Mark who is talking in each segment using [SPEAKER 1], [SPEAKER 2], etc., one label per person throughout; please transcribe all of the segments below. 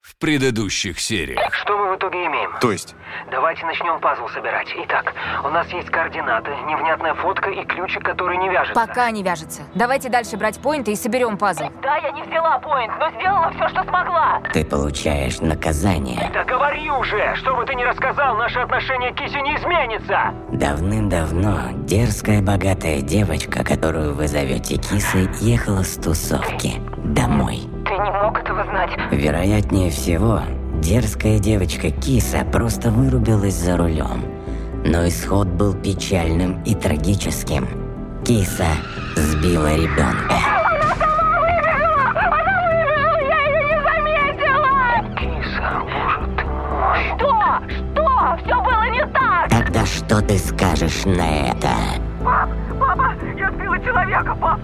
[SPEAKER 1] в предыдущих сериях.
[SPEAKER 2] Что мы в итоге имеем?
[SPEAKER 3] То есть?
[SPEAKER 2] Давайте начнем пазл собирать. Итак, у нас есть координаты, невнятная фотка и ключик, который не вяжется.
[SPEAKER 4] Пока не вяжется. Давайте дальше брать поинты и соберем пазл.
[SPEAKER 5] Да, я не взяла поинт, но сделала все, что смогла.
[SPEAKER 6] Ты получаешь наказание.
[SPEAKER 2] Да говори уже! Что бы ты ни рассказал, наше отношение к Кисе не изменится!
[SPEAKER 6] Давным-давно дерзкая богатая девочка, которую вы зовете Кисой, ехала с тусовки домой.
[SPEAKER 5] Ты не мог этого знать.
[SPEAKER 6] Вероятнее всего, дерзкая девочка Киса просто вырубилась за рулем. Но исход был печальным и трагическим. Киса сбила ребенка.
[SPEAKER 5] Она сама выбежала! Она выбежала! Я ее не заметила!
[SPEAKER 2] Киса, боже ты мой!
[SPEAKER 5] Что? Что? Все было не так!
[SPEAKER 6] Тогда что ты скажешь на это?
[SPEAKER 5] Пап! Папа! Я сбила человека, пап!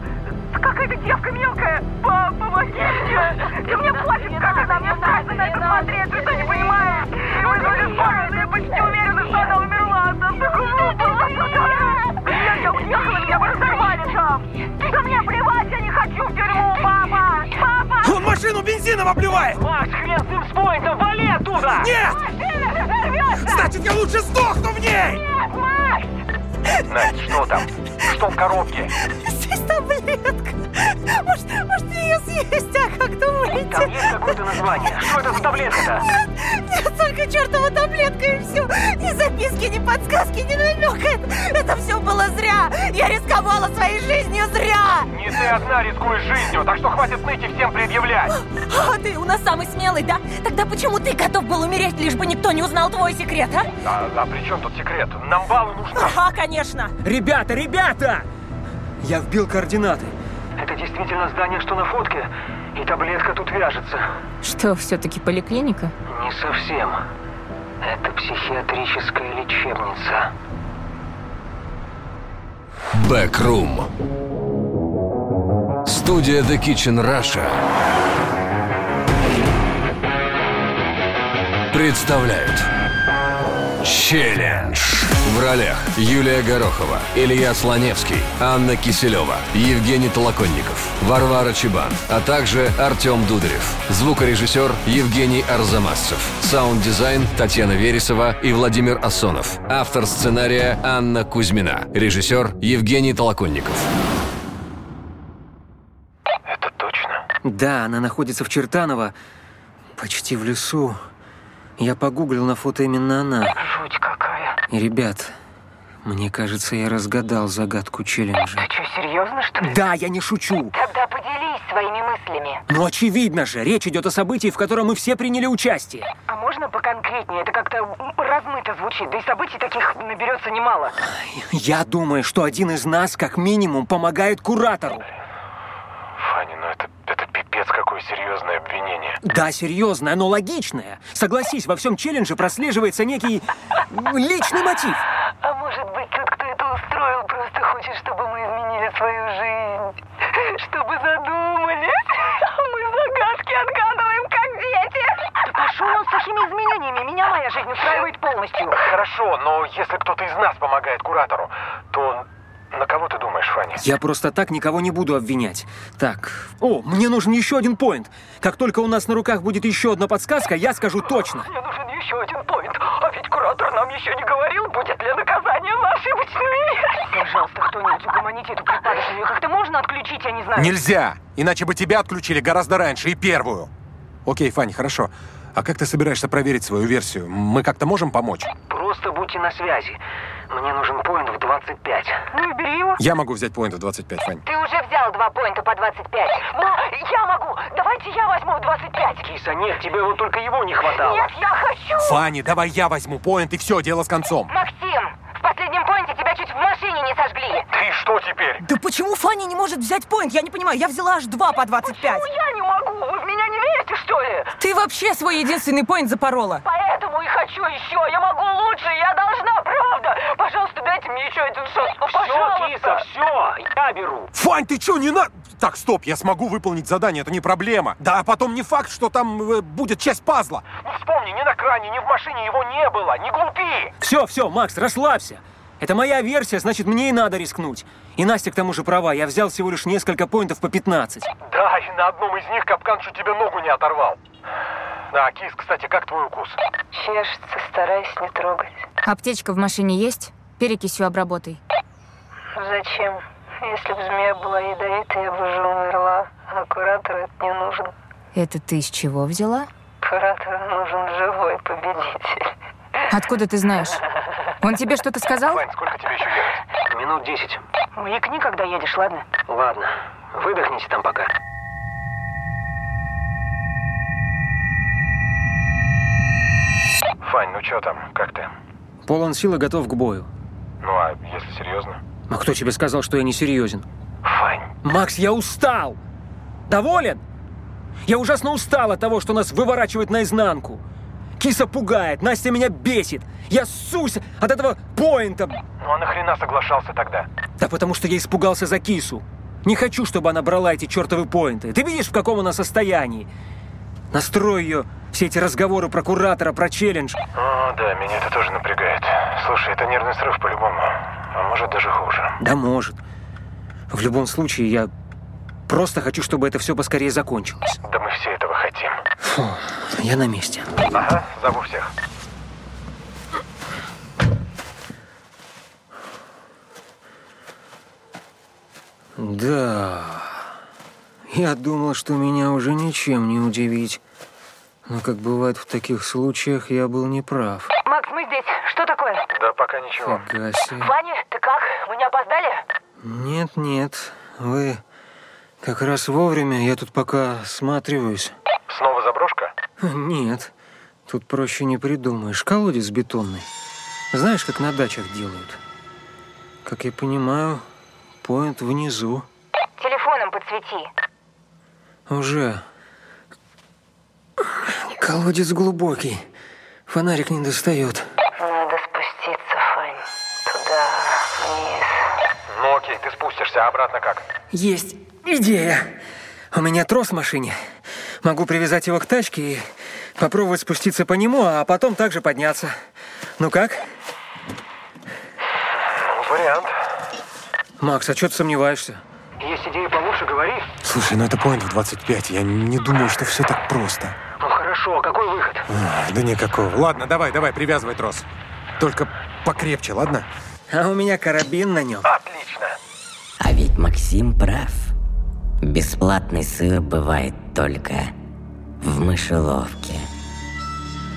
[SPEAKER 5] Какая-то девка мелкая! Пап, помоги мне! Да мне пофиг, как она! Мне страшно на это смотреть! Ты что, не понимаешь? Я вызвали скорую, но я почти уверена, что она умерла! Там так глупо! Нет, я уехала, меня бы разорвали там! Да мне плевать, я не хочу в тюрьму, папа! Папа!
[SPEAKER 7] Он машину бензином обливает!
[SPEAKER 2] Макс, хрен с ним с поинтом, вали оттуда!
[SPEAKER 7] Нет!
[SPEAKER 5] Рвется!
[SPEAKER 7] Значит, я лучше сдохну в ней!
[SPEAKER 5] Нет, Макс!
[SPEAKER 2] Настя, что там? Что в коробке?
[SPEAKER 8] Здесь таблетка. Может, может ее съесть, а как думаете?
[SPEAKER 2] Там есть какое-то название? Что это за таблетка-то?
[SPEAKER 8] Нет, нет, только чертова таблетка и все. Ни записки, ни подсказки, ни намека. Это- Это все было зря. Я рисковала своей жизнью зря.
[SPEAKER 2] Не ты одна рискуешь жизнью, так что хватит ныть и всем предъявлять!
[SPEAKER 8] А ты у нас самый смелый, да? Тогда почему ты готов был умереть, лишь бы никто не узнал твой секрет, а?
[SPEAKER 2] А, а при чем тут секрет? Нам баллы нужны!
[SPEAKER 8] Ага, конечно.
[SPEAKER 7] Ребята, ребята! Я вбил координаты.
[SPEAKER 2] Это действительно здание, что на фотке, и таблетка тут вяжется.
[SPEAKER 4] Что, все-таки поликлиника?
[SPEAKER 2] Не совсем. Это психиатрическая лечебница.
[SPEAKER 1] Бэкрум. Студия The Kitchen Russia представляют Челлендж. В ролях Юлия Горохова, Илья Слоневский, Анна Киселева, Евгений Толоконников, Варвара Чебан, а также Артем Дударев. Звукорежиссер Евгений Арзамасцев. Саунд-дизайн Татьяна Вересова и Владимир Асонов. Автор сценария Анна Кузьмина. Режиссер Евгений Толоконников.
[SPEAKER 2] Это точно?
[SPEAKER 3] Да, она находится в Чертаново, почти в лесу. Я погуглил на фото именно она.
[SPEAKER 2] Жуть какая.
[SPEAKER 3] И, ребят, мне кажется, я разгадал загадку челленджа.
[SPEAKER 5] Ты что, серьезно, что ли?
[SPEAKER 3] Да, я не шучу.
[SPEAKER 5] Тогда поделись своими мыслями.
[SPEAKER 3] Но очевидно же, речь идет о событии, в котором мы все приняли участие.
[SPEAKER 5] А можно поконкретнее? Это как-то м, размыто звучит, да и событий таких наберется немало.
[SPEAKER 3] Я думаю, что один из нас, как минимум, помогает куратору.
[SPEAKER 2] Фанни, ну это, это пипец, какое серьезное обвинение.
[SPEAKER 3] Да, серьезное, но логичное. Согласись, во всем челлендже прослеживается некий личный мотив.
[SPEAKER 5] А может быть, тот, кто это устроил, просто хочет, чтобы мы изменили свою жизнь? Чтобы задумались? А мы загадки отгадываем, как дети! Да пошел он с такими изменениями! Меня моя жизнь устраивает полностью!
[SPEAKER 2] Хорошо, но если кто-то из нас помогает куратору, то на кого ты думаешь, Фанни?
[SPEAKER 3] Я просто так никого не буду обвинять. Так, о, мне нужен еще один поинт. Как только у нас на руках будет еще одна подсказка, я скажу точно.
[SPEAKER 5] Мне нужен еще один поинт. А ведь куратор нам еще не говорил, будет ли наказание за ошибочные. Пожалуйста, кто-нибудь угомоните эту припадочную. Как-то можно отключить, я не знаю.
[SPEAKER 7] Нельзя! Иначе бы тебя отключили гораздо раньше и первую. Окей, Фань, хорошо. А как ты собираешься проверить свою версию? Мы как-то можем помочь?
[SPEAKER 2] Просто будьте на связи. Мне нужен поинт в 25.
[SPEAKER 5] Ну и бери его.
[SPEAKER 7] Я могу взять поинт в 25, Фань.
[SPEAKER 5] Ты уже взял два поинта по 25. Да, я могу. Давайте я возьму в 25.
[SPEAKER 2] Киса, нет, тебе вот только его не хватало.
[SPEAKER 5] Нет, я хочу.
[SPEAKER 7] Фанни, давай я возьму поинт, и все, дело с концом.
[SPEAKER 5] Максим, в последнем поинте тебя чуть в машине не сожгли.
[SPEAKER 2] Ты что теперь?
[SPEAKER 8] Да почему Фанни не может взять поинт? Я не понимаю, я взяла аж два по 25.
[SPEAKER 5] я не могу. Вы в меня не верите, что ли?
[SPEAKER 4] Ты вообще свой единственный поинт запорола.
[SPEAKER 5] Поэтому и хочу еще. Я могу лучше. Я должна, правда. Пожалуйста, дайте мне еще один шанс.
[SPEAKER 2] Все,
[SPEAKER 5] Ну, Пожалуйста.
[SPEAKER 2] Киса, все, я беру.
[SPEAKER 7] Фань, ты чё, не на... Так, стоп, я смогу выполнить задание, это не проблема. Да, а потом не факт, что там э, будет часть пазла.
[SPEAKER 2] Ну вспомни, ни на кране, ни в машине его не было. Не глупи.
[SPEAKER 3] Все, все, Макс, расслабься. Это моя версия, значит, мне и надо рискнуть. И Настя к тому же права, я взял всего лишь несколько поинтов по 15.
[SPEAKER 2] Да, и на одном из них капканшу тебе ногу не оторвал.
[SPEAKER 9] А, кис, кстати, как твой укус?
[SPEAKER 5] Чешется, стараясь не трогать.
[SPEAKER 4] Аптечка в машине есть? Перекисью обработай.
[SPEAKER 5] Ну, Зачем? Если бы змея была ядовитой, я бы уже умерла. А куратору это не нужно.
[SPEAKER 4] Это ты с чего взяла?
[SPEAKER 5] Куратору нужен живой победитель.
[SPEAKER 4] Откуда ты знаешь? Он тебе что-то сказал?
[SPEAKER 9] сколько тебе еще ехать? Минут десять.
[SPEAKER 5] Уникни, когда едешь, ладно?
[SPEAKER 9] Ладно, выдохните там пока.
[SPEAKER 2] Фань, ну чё там, как ты?
[SPEAKER 3] Полон сил и готов к бою.
[SPEAKER 2] Ну а если серьезно?
[SPEAKER 3] А кто тебе сказал, что я не серьезен?
[SPEAKER 2] Фань,
[SPEAKER 3] Макс, я устал! Доволен? Я ужасно устал от того, что нас выворачивает наизнанку. Киса пугает, Настя меня бесит. Я сусь от этого поинта.
[SPEAKER 2] ну а нахрена соглашался тогда?
[SPEAKER 3] Да потому что я испугался за кису. Не хочу, чтобы она брала эти чертовы поинты. Ты видишь, в каком она состоянии? Настрой ее, все эти разговоры про куратора, про челлендж.
[SPEAKER 2] О, да, меня это тоже напрягает. Слушай, это нервный срыв по-любому. А может даже хуже.
[SPEAKER 3] Да может. В любом случае, я просто хочу, чтобы это все поскорее закончилось.
[SPEAKER 2] Да мы все этого хотим.
[SPEAKER 3] Я на месте.
[SPEAKER 2] Ага, зову всех.
[SPEAKER 3] Да. Я думал, что меня уже ничем не удивить. Но, как бывает в таких случаях, я был неправ.
[SPEAKER 5] Макс, мы здесь. Что такое?
[SPEAKER 2] Да пока ничего.
[SPEAKER 3] Фига себе.
[SPEAKER 5] Ваня, ты как? Мы не опоздали?
[SPEAKER 3] Нет-нет, вы как раз вовремя. Я тут пока осматриваюсь.
[SPEAKER 2] Снова заброшка?
[SPEAKER 3] Нет, тут проще не придумаешь. Колодец бетонный. Знаешь, как на дачах делают? Как я понимаю, поинт внизу.
[SPEAKER 5] Телефоном подсвети.
[SPEAKER 3] Уже. Колодец глубокий. Фонарик не достает.
[SPEAKER 5] Надо спуститься, Фань. Туда, вниз.
[SPEAKER 2] Ну окей, ты спустишься, а обратно как?
[SPEAKER 3] Есть идея. У меня трос в машине. Могу привязать его к тачке и попробовать спуститься по нему, а потом также подняться. Ну как?
[SPEAKER 2] Ну, вариант.
[SPEAKER 3] Макс, а что ты сомневаешься?
[SPEAKER 9] Есть идеи получше, говори.
[SPEAKER 7] Слушай, ну это поинт в 25. Я не думаю, что все так просто.
[SPEAKER 9] Ну хорошо, а какой выход?
[SPEAKER 7] Ах, да никакого. Ладно, давай, давай, привязывай трос. Только покрепче, ладно?
[SPEAKER 3] А у меня карабин на нем.
[SPEAKER 2] Отлично.
[SPEAKER 6] А ведь Максим прав. Бесплатный сыр бывает только в мышеловке.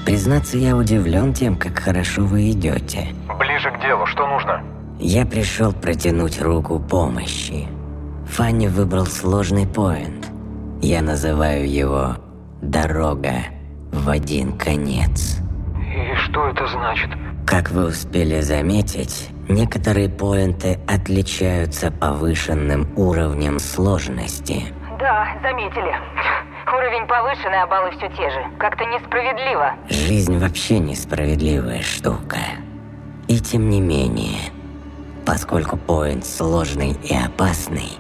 [SPEAKER 6] Признаться, я удивлен тем, как хорошо вы идете.
[SPEAKER 2] Ближе к делу, что нужно?
[SPEAKER 6] Я пришел протянуть руку помощи. Фанни выбрал сложный поинт. Я называю его «Дорога в один конец».
[SPEAKER 9] И что это значит?
[SPEAKER 6] Как вы успели заметить, некоторые поинты отличаются повышенным уровнем сложности –
[SPEAKER 5] Да, заметили. Уровень повышен, и баллы все те же. Как-то несправедливо.
[SPEAKER 6] Жизнь вообще несправедливая штука. И тем не менее, поскольку поинт сложный и опасный,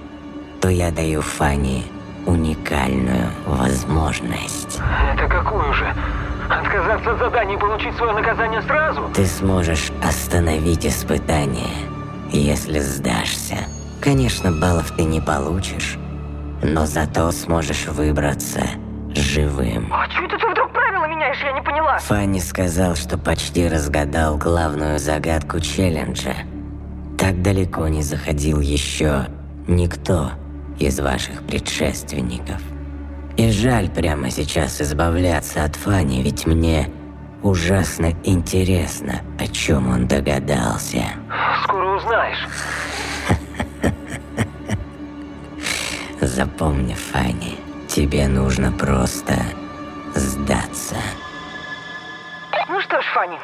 [SPEAKER 6] то я даю Фане уникальную возможность.
[SPEAKER 9] Это какую же? Отказаться от задания и получить свое наказание сразу?
[SPEAKER 6] Ты сможешь остановить испытание, если сдашься. Конечно, баллов ты не получишь, но зато сможешь выбраться живым.
[SPEAKER 5] А чё это ты вдруг правила меняешь? Я не поняла.
[SPEAKER 6] Фанни сказал, что почти разгадал главную загадку челленджа. Так далеко не заходил еще никто из ваших предшественников. И жаль прямо сейчас избавляться от Фани, ведь мне ужасно интересно, о чем он догадался.
[SPEAKER 9] Скоро узнаешь.
[SPEAKER 6] Запомни, Фанни, тебе нужно просто сдаться.
[SPEAKER 5] Ну что ж, Фанни,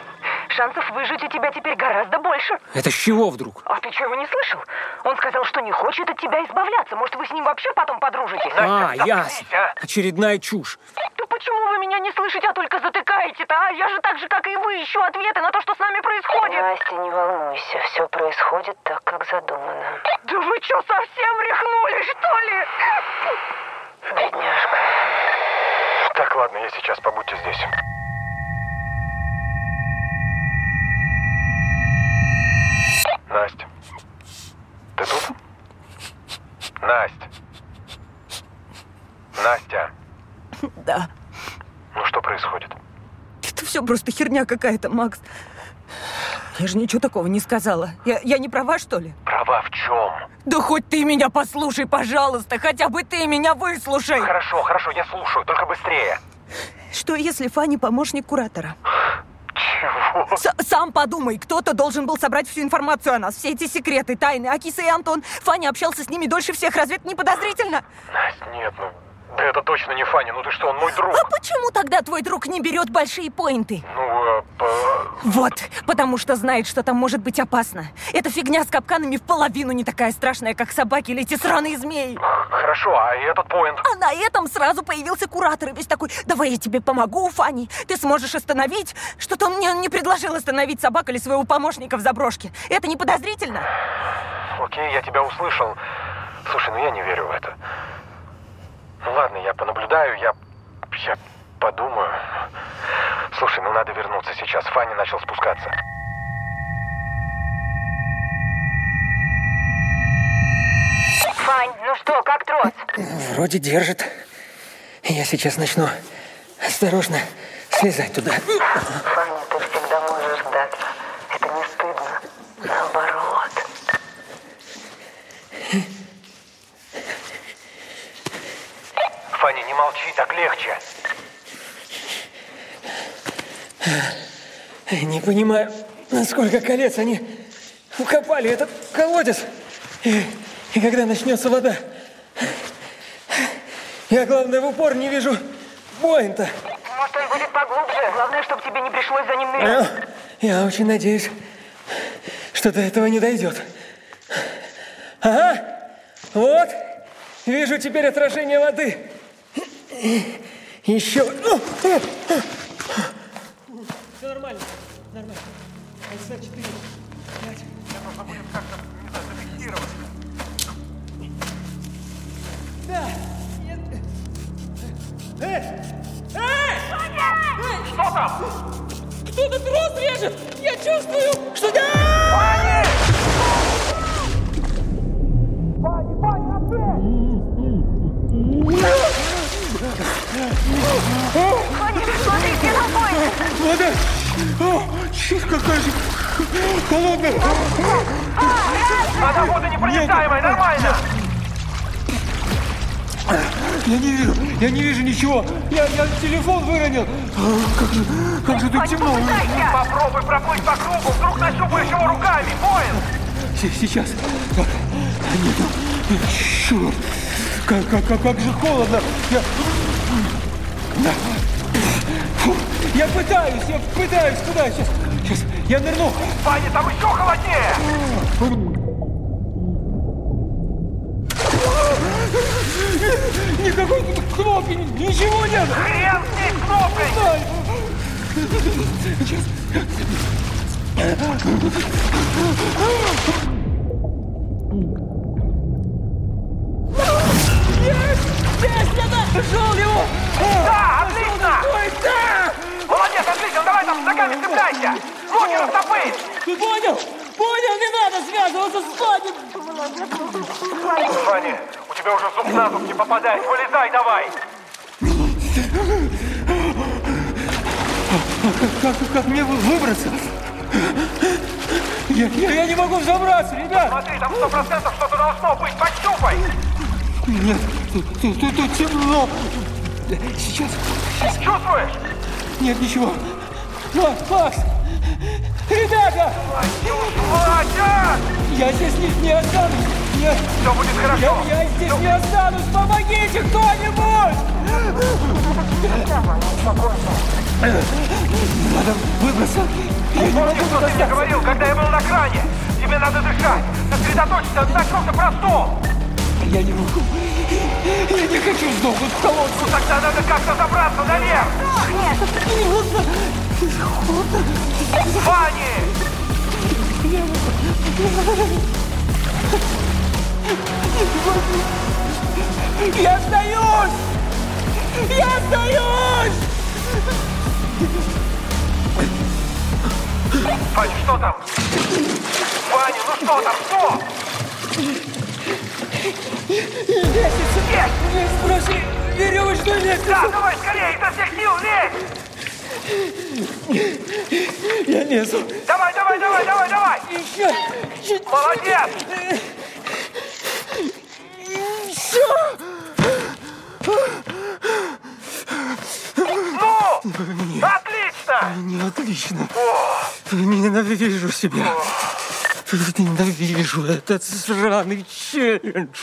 [SPEAKER 5] шансов выжить у тебя теперь гораздо больше.
[SPEAKER 3] Это с чего вдруг?
[SPEAKER 5] А ты что, его не слышал? Он сказал, что не хочет от тебя избавляться. Может, вы с ним вообще потом подружитесь?
[SPEAKER 3] А, ясно. Очередная чушь.
[SPEAKER 5] Да почему вы меня не слышите, а только затыкаете-то, а? Я же так же, как и вы, ищу ответы на то, что с нами происходит. Настя, не волнуйся, все происходит так, как задумано. Да вы что, совсем рехнули, что ли? Бедняжка.
[SPEAKER 2] Так, ладно, я сейчас, побудьте здесь. Настя. Ты тут? Настя. Настя.
[SPEAKER 8] Да.
[SPEAKER 2] Ну что происходит? происходит?
[SPEAKER 3] Это все просто херня какая-то, Макс. Я же ничего такого не сказала. Я, я не права, что ли?
[SPEAKER 2] Права в чем?
[SPEAKER 3] Да хоть ты меня послушай, пожалуйста. Хотя бы ты меня выслушай.
[SPEAKER 2] Хорошо, хорошо, я слушаю, только быстрее.
[SPEAKER 3] Что если Фанни помощник куратора?
[SPEAKER 2] Чего?
[SPEAKER 3] С- сам подумай, кто-то должен был собрать всю информацию о нас, все эти секреты, тайны. Акиса и Антон. Фанни общался с ними дольше всех, разве это не подозрительно?
[SPEAKER 2] Настя, нет, ну... Да это точно не Фаня, ну ты что, он мой друг.
[SPEAKER 3] А почему тогда твой друг не берет большие поинты?
[SPEAKER 2] Ну, э, по-
[SPEAKER 3] Вот, потому что знает, что там может быть опасно. Эта фигня с капканами в половину не такая страшная, как собаки или эти сраные змеи.
[SPEAKER 2] Хорошо, а этот поинт?
[SPEAKER 3] А на этом сразу появился куратор и весь такой, давай я тебе помогу, Фанни, ты сможешь остановить. Что-то он мне не предложил остановить собак или своего помощника в заброшке. Это не подозрительно?
[SPEAKER 2] Окей, я тебя услышал. Слушай, ну я не верю в это. Ну ладно, я понаблюдаю, я... я подумаю. Слушай, ну надо вернуться сейчас. Фанни начал спускаться.
[SPEAKER 5] Фань, ну что, как трос?
[SPEAKER 9] Вроде держит. Я сейчас начну осторожно слезать туда.
[SPEAKER 5] Фаня, ты всегда можешь сдаться. Это не стыдно. Наоборот.
[SPEAKER 2] Фанни, не молчи, так легче.
[SPEAKER 9] Не понимаю, насколько колец они укопали этот колодец. И, и когда начнется вода. Я, главное, в упор не вижу поинта.
[SPEAKER 5] Может, он будет поглубже? Главное, чтобы тебе не пришлось за ним нырять.
[SPEAKER 9] А, Я очень надеюсь, что до этого не дойдет. Ага, вот, вижу теперь отражение воды. Еще... Все нормально, нормально. Колеса четыре, пять. Да, я- Э,
[SPEAKER 2] Что там?
[SPEAKER 3] Кто-то трос режет! Я чувствую, что...
[SPEAKER 9] Вода! О, черт, какая же холодная!
[SPEAKER 2] Вода водонепроницаемая, нормально.
[SPEAKER 9] Я не вижу, я не вижу ничего! Я, я телефон выронил! А, Как же, как же тут темно!
[SPEAKER 2] Попробуй проплыть по кругу, вдруг нащупаешь его руками. Поинт!
[SPEAKER 9] Се- Сейчас! Так, нет, ну, черт! Как, как, как, как же холодно! Я... Да. Фу, я пытаюсь, я пытаюсь! Куда я сейчас? Сейчас, я нырну!
[SPEAKER 2] Фанни, там еще холоднее.
[SPEAKER 9] Никакой кнопки, ничего нет!
[SPEAKER 2] Хрен с ней с кнопкой.
[SPEAKER 9] Ай!
[SPEAKER 2] Да, отлично! Молодец, отлично, давай там ногами цепляйся! Руки растопырь!
[SPEAKER 9] Ты понял? Понял, не надо связываться с Ваней!
[SPEAKER 2] Ваня, у тебя уже зуб на зуб не попадает, вылезай давай!
[SPEAKER 9] Как, как мне вы- выбраться? Я, я- я не могу взобраться, ребят!
[SPEAKER 2] Смотри, там сто процентов что-то должно быть, пощупай!
[SPEAKER 9] Нет, тут, тут- тут- тут темно. Сейчас.
[SPEAKER 2] Чувствуешь?
[SPEAKER 9] Нет, ничего. Макс, Макс! Ребята!
[SPEAKER 2] Ваня!
[SPEAKER 9] Я здесь не, не останусь! Я,
[SPEAKER 2] Все будет
[SPEAKER 9] я,
[SPEAKER 2] хорошо!
[SPEAKER 9] я здесь не останусь! Помогите кто-нибудь! Надо выбраться. Я не
[SPEAKER 2] Помни,
[SPEAKER 9] могу
[SPEAKER 2] что ты мне
[SPEAKER 9] достать.
[SPEAKER 2] говорил, когда я был на кране! Тебе надо дышать! Сосредоточься на чем-то простом!
[SPEAKER 9] Я не могу. Я не хочу сдохнуть в колодце.
[SPEAKER 2] Ну тогда надо как-то забраться наверх! Ваня!
[SPEAKER 9] Я сдаюсь! Я сдаюсь!
[SPEAKER 2] Вань, что там? Ваня, ну что там, что?
[SPEAKER 9] Спроси веревочную лестницу! ну,
[SPEAKER 2] Да, давай скорее, изо всех сил, лезь! ну.
[SPEAKER 9] Я лезу.
[SPEAKER 10] Давай, давай, давай, давай, давай!
[SPEAKER 9] Еще! Чуть-чуть.
[SPEAKER 10] Молодец!
[SPEAKER 9] Все!
[SPEAKER 10] Ну! Отлично!
[SPEAKER 9] Не отлично. Ненавижу себя. Ненавижу этот сраный челлендж.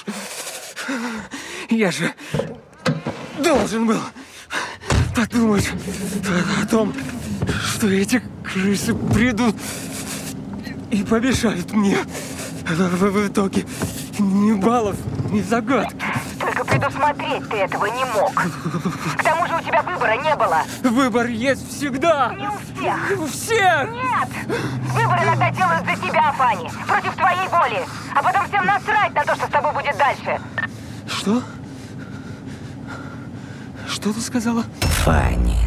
[SPEAKER 9] Я же должен был подумать о том, что эти крысы придут и помешают мне. В в итоге ни баллов, ни загадки.
[SPEAKER 5] Только предусмотреть ты этого не мог. К тому же у тебя выбора не было.
[SPEAKER 9] Выбор есть всегда.
[SPEAKER 5] Не у всех.
[SPEAKER 9] У всех!
[SPEAKER 5] Нет! Выбор иногда делают за тебя, Фанни. Против твоей воли. А потом всем насрать на то, что с тобой будет дальше.
[SPEAKER 9] Что? Что ты сказала?
[SPEAKER 6] Фанни,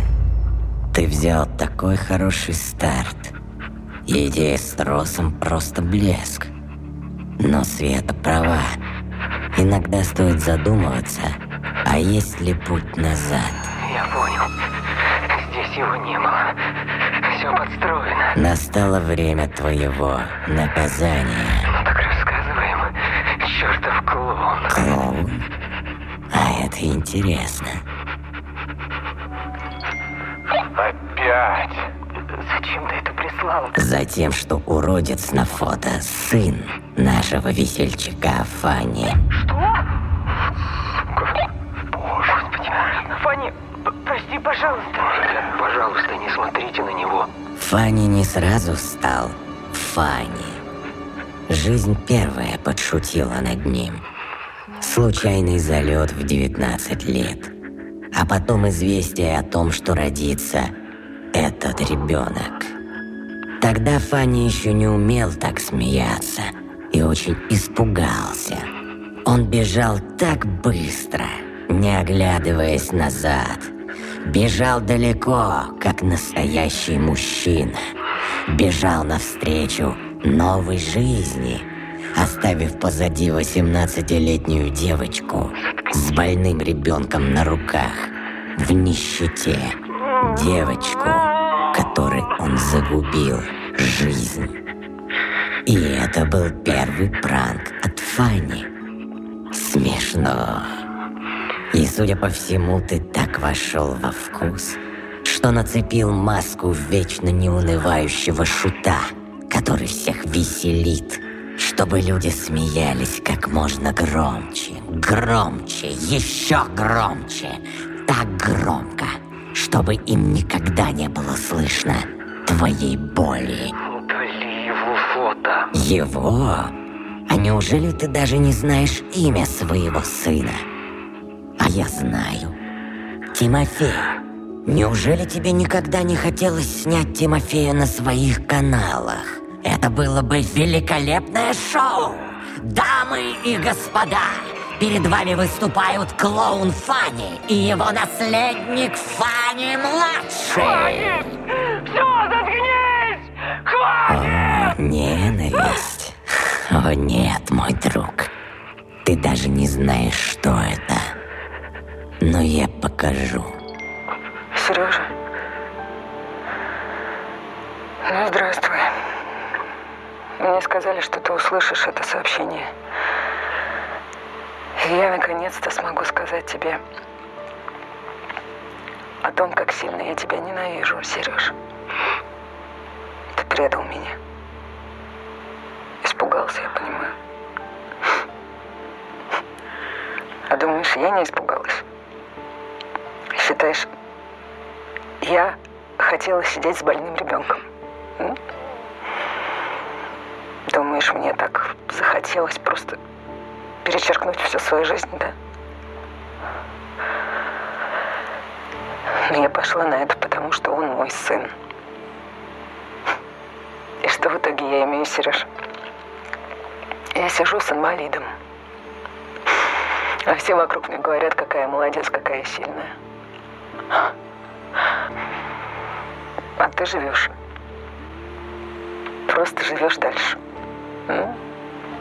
[SPEAKER 6] ты взял такой хороший старт. Идея с тросом просто блеск. Но Света права. Иногда стоит задумываться, а есть ли путь назад.
[SPEAKER 10] Я понял. Здесь его не было. Все подстроено.
[SPEAKER 6] Настало время твоего наказания,
[SPEAKER 10] Ну так рассказываем. Чертов клоун.
[SPEAKER 6] клоун. А это интересно.
[SPEAKER 2] Опять.
[SPEAKER 10] Зачем ты это прислал?
[SPEAKER 6] За тем, что уродец на фото сын нашего весельчака Фанни.
[SPEAKER 10] Что? Боже, господи. Фанни, п- прости, пожалуйста. Пожалуйста, не смотрите на него.
[SPEAKER 6] Фанни не сразу стал Фанни. Жизнь первая подшутила над ним. Случайный залет в 19 лет. А потом известие о том, что родится этот ребенок. Тогда Фанни еще не умел так смеяться и очень испугался. Он бежал так быстро, не оглядываясь назад. Бежал далеко, как настоящий мужчина. Бежал навстречу новой жизни, оставив позади 18-летнюю девочку с больным ребенком на руках в нищете. Девочку, которой он загубил жизнь. И это был первый пранк от Фанни. Смешно. И, судя по всему, ты так вошел во вкус, что нацепил маску вечно неунывающего шута, который всех веселит, чтобы люди смеялись как можно громче, громче, еще громче, так громко, чтобы им никогда не было слышно твоей боли.
[SPEAKER 10] Удали его фото.
[SPEAKER 6] Его? А неужели ты даже не знаешь имя своего сына? А я знаю. Тимофей. Неужели тебе никогда не хотелось снять Тимофея на своих каналах? Это было бы великолепное шоу! Дамы и господа, перед вами выступают клоун Фанни и его наследник Фанни-младший!
[SPEAKER 10] Все, заткнись! Хватит!
[SPEAKER 6] О, ненависть. О, нет, мой друг. Ты даже не знаешь, что это. Но я покажу.
[SPEAKER 5] Сережа? Ну, здравствуй. Мне сказали, что ты услышишь это сообщение. И я наконец-то смогу сказать тебе о том, как сильно я тебя ненавижу, Сереж. Ты предал меня. Испугался, я понимаю. А думаешь, я не испугалась? Считаешь, я хотела сидеть с больным ребенком. М? Думаешь, мне так захотелось просто перечеркнуть всю свою жизнь, да? Но я пошла на это, потому что он мой сын. И что в итоге я имею, Сереж? Я сижу с инвалидом. А все вокруг мне говорят, какая я молодец, какая я сильная. А ты живешь. Просто живешь дальше. М?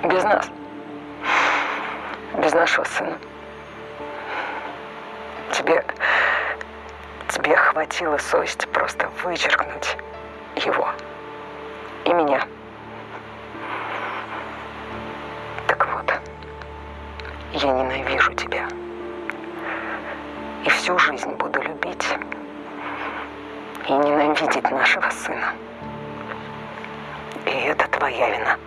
[SPEAKER 5] Без нас. Без нашего сына. Тебе... Тебе хватило совести просто вычеркнуть его и меня. Так вот, я ненавижу тебя. И всю жизнь буду любить и ненавидеть нашего сына. И это твоя вина.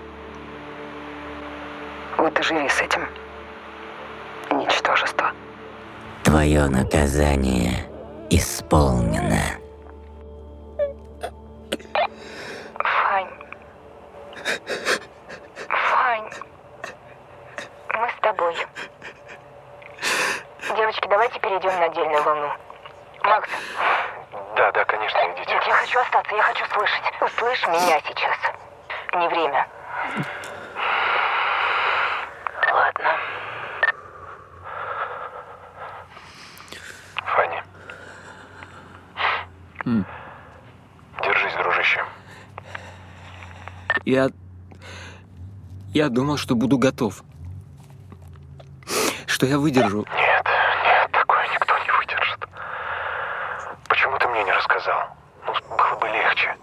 [SPEAKER 5] Вот и живи с этим. Ничтожество.
[SPEAKER 6] Твое наказание исполнено.
[SPEAKER 5] Фань. Фань.
[SPEAKER 11] Мы с тобой. Девочки, давайте перейдем на отдельную волну. Макс,
[SPEAKER 2] Да, да, конечно, идите.
[SPEAKER 11] я я хочу остаться, я хочу слышать. Услышь меня сейчас. Не время. Ладно.
[SPEAKER 2] Фанни. Держись, дружище.
[SPEAKER 9] Я... Я думал, что буду готов. Что я выдержу.
[SPEAKER 2] Нет, нет, такое никто не выдержит. Почему ты мне не рассказал? Ну, было бы легче.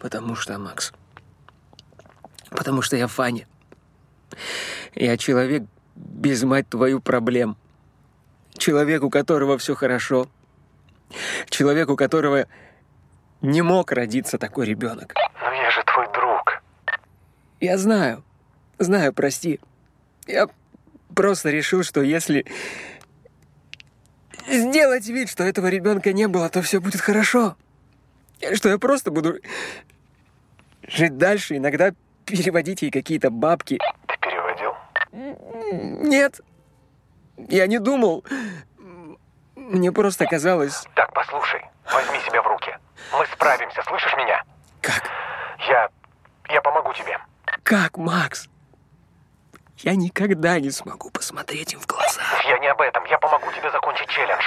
[SPEAKER 9] Потому что, Макс... Потому что я Фаня. Я человек без, мать твою, проблем. Человек, у которого все хорошо. Человек, у которого не мог родиться такой ребенок.
[SPEAKER 2] Но я же твой друг.
[SPEAKER 9] Я знаю. Знаю, прости. Я просто решил, что если сделать вид, что этого ребенка не было, то все будет хорошо. Что я просто буду жить дальше, иногда переводить ей какие-то бабки.
[SPEAKER 2] Ты переводил?
[SPEAKER 9] Нет. Я не думал. Мне просто казалось...
[SPEAKER 2] Так, послушай, возьми себя в руки. Мы справимся, слышишь меня?
[SPEAKER 9] Как?
[SPEAKER 2] Я... я помогу тебе.
[SPEAKER 9] Как, Макс? Я никогда не смогу посмотреть им в глаза.
[SPEAKER 2] Я не об этом, я помогу тебе закончить челлендж.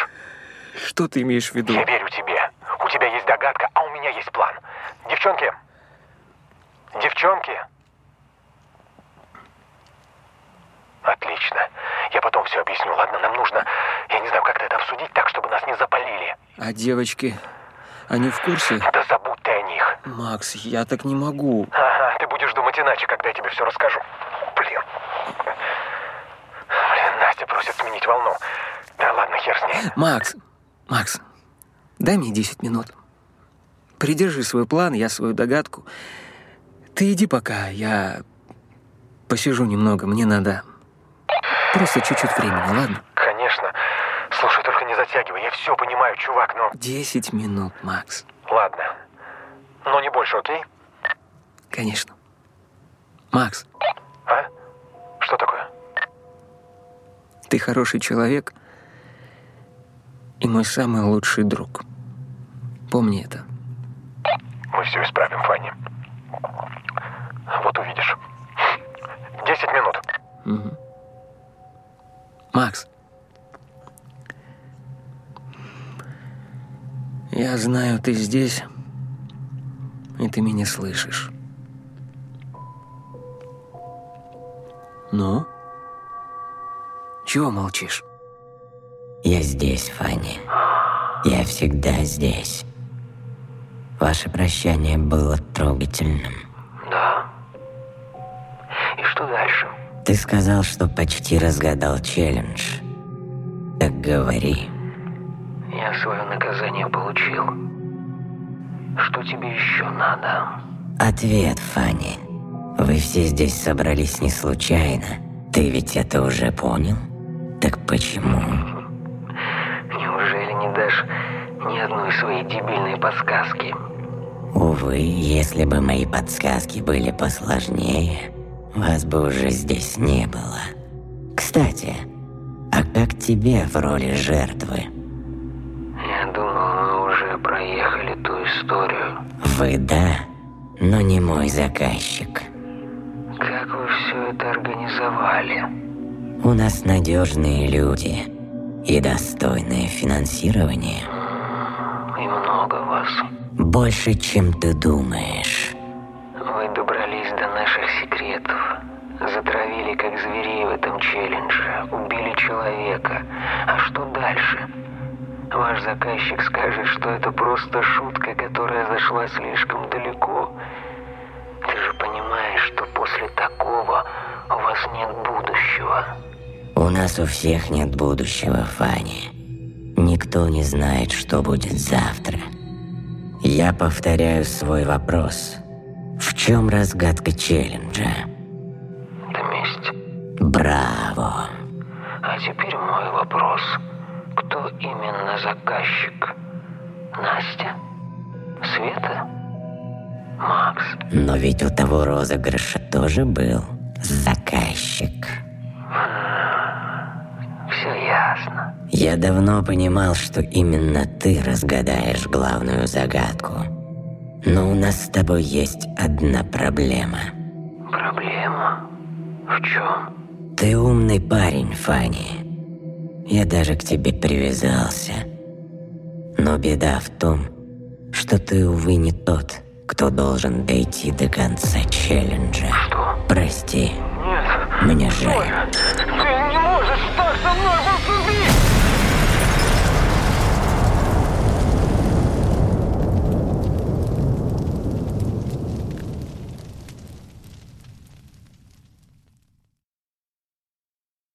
[SPEAKER 9] Что ты имеешь в виду?
[SPEAKER 2] Я верю тебе. У тебя есть догадка, а у меня есть план. Девчонки! Девчонки! Отлично. Я потом все объясню, ладно? Нам нужно, я не знаю, как-то это обсудить так, чтобы нас не запалили.
[SPEAKER 9] А девочки, они в курсе?
[SPEAKER 2] Да забудь ты о них.
[SPEAKER 9] Макс, я так не могу.
[SPEAKER 2] Ага, ты будешь думать иначе, когда я тебе все расскажу. Блин. Блин, Настя просит сменить волну. Да ладно, хер с ней.
[SPEAKER 9] Макс, Макс, дай мне 10 минут. Придержи свой план, я свою догадку. Ты иди пока, я посижу немного, мне надо просто чуть-чуть времени, ладно?
[SPEAKER 2] Конечно. Слушай, только не затягивай, я все понимаю, чувак, но...
[SPEAKER 9] 10 минут, Макс.
[SPEAKER 2] Ладно.
[SPEAKER 11] Ну,
[SPEAKER 2] Но не больше, окей?
[SPEAKER 9] Конечно. Макс,
[SPEAKER 2] А? Что такое?
[SPEAKER 9] ты хороший человек и мой самый лучший друг. Помни это.
[SPEAKER 2] Мы все исправим, Фанни. Вот увидишь. Десять минут.
[SPEAKER 9] Макс. Я знаю, ты здесь, и ты меня слышишь. Ну? Чего молчишь?
[SPEAKER 6] Я здесь, Фанни. Я всегда здесь. Ваше прощание было трогательным.
[SPEAKER 11] Да. И что дальше?
[SPEAKER 6] Ты сказал, что почти разгадал челлендж. Так говори.
[SPEAKER 11] Я свое наказание получил. Что тебе еще надо?
[SPEAKER 6] Ответ, Фанни. Вы все здесь собрались не случайно. Ты ведь это уже понял? Так почему?
[SPEAKER 11] Неужели не дашь ни одной своей дебильной подсказки?
[SPEAKER 6] Увы, если бы мои подсказки были посложнее, вас бы уже здесь не было. Кстати, а как тебе в роли жертвы?
[SPEAKER 11] Я думал, мы уже проехали ту историю.
[SPEAKER 6] Вы да, но не мой заказчик.
[SPEAKER 11] Как вы все это организовали?
[SPEAKER 6] У нас надежные люди и достойное финансирование.
[SPEAKER 11] И много вас.
[SPEAKER 6] Больше, чем ты думаешь.
[SPEAKER 11] Вы добрались до наших секретов. Затравили, как зверей в этом челлендже. Убили человека. А что дальше?
[SPEAKER 2] Ваш заказчик скажет, что это просто шутка, которая зашла слишком далеко. Ты же понимаешь, что после такого у вас нет будущего.
[SPEAKER 6] У нас у всех нет будущего, Фанни. Никто не знает, что будет завтра. Я повторяю свой вопрос. В чем разгадка челленджа?
[SPEAKER 2] Это месть.
[SPEAKER 6] Браво!
[SPEAKER 2] А теперь мой вопрос. Кто именно заказчик? Настя? Света? Макс?
[SPEAKER 6] Но ведь у того розыгрыша тоже был заказчик.
[SPEAKER 2] Все ясно.
[SPEAKER 6] Я давно понимал, что именно ты разгадаешь главную загадку. Но у нас с тобой есть одна проблема.
[SPEAKER 2] Проблема? В чем?
[SPEAKER 6] Ты умный парень, Фанни. Я даже к тебе привязался. Но беда в том, что ты, увы, не тот, кто должен дойти до конца челленджа. Прости.
[SPEAKER 2] Нет.
[SPEAKER 6] Мне жаль.
[SPEAKER 12] Ты не можешь так со мной!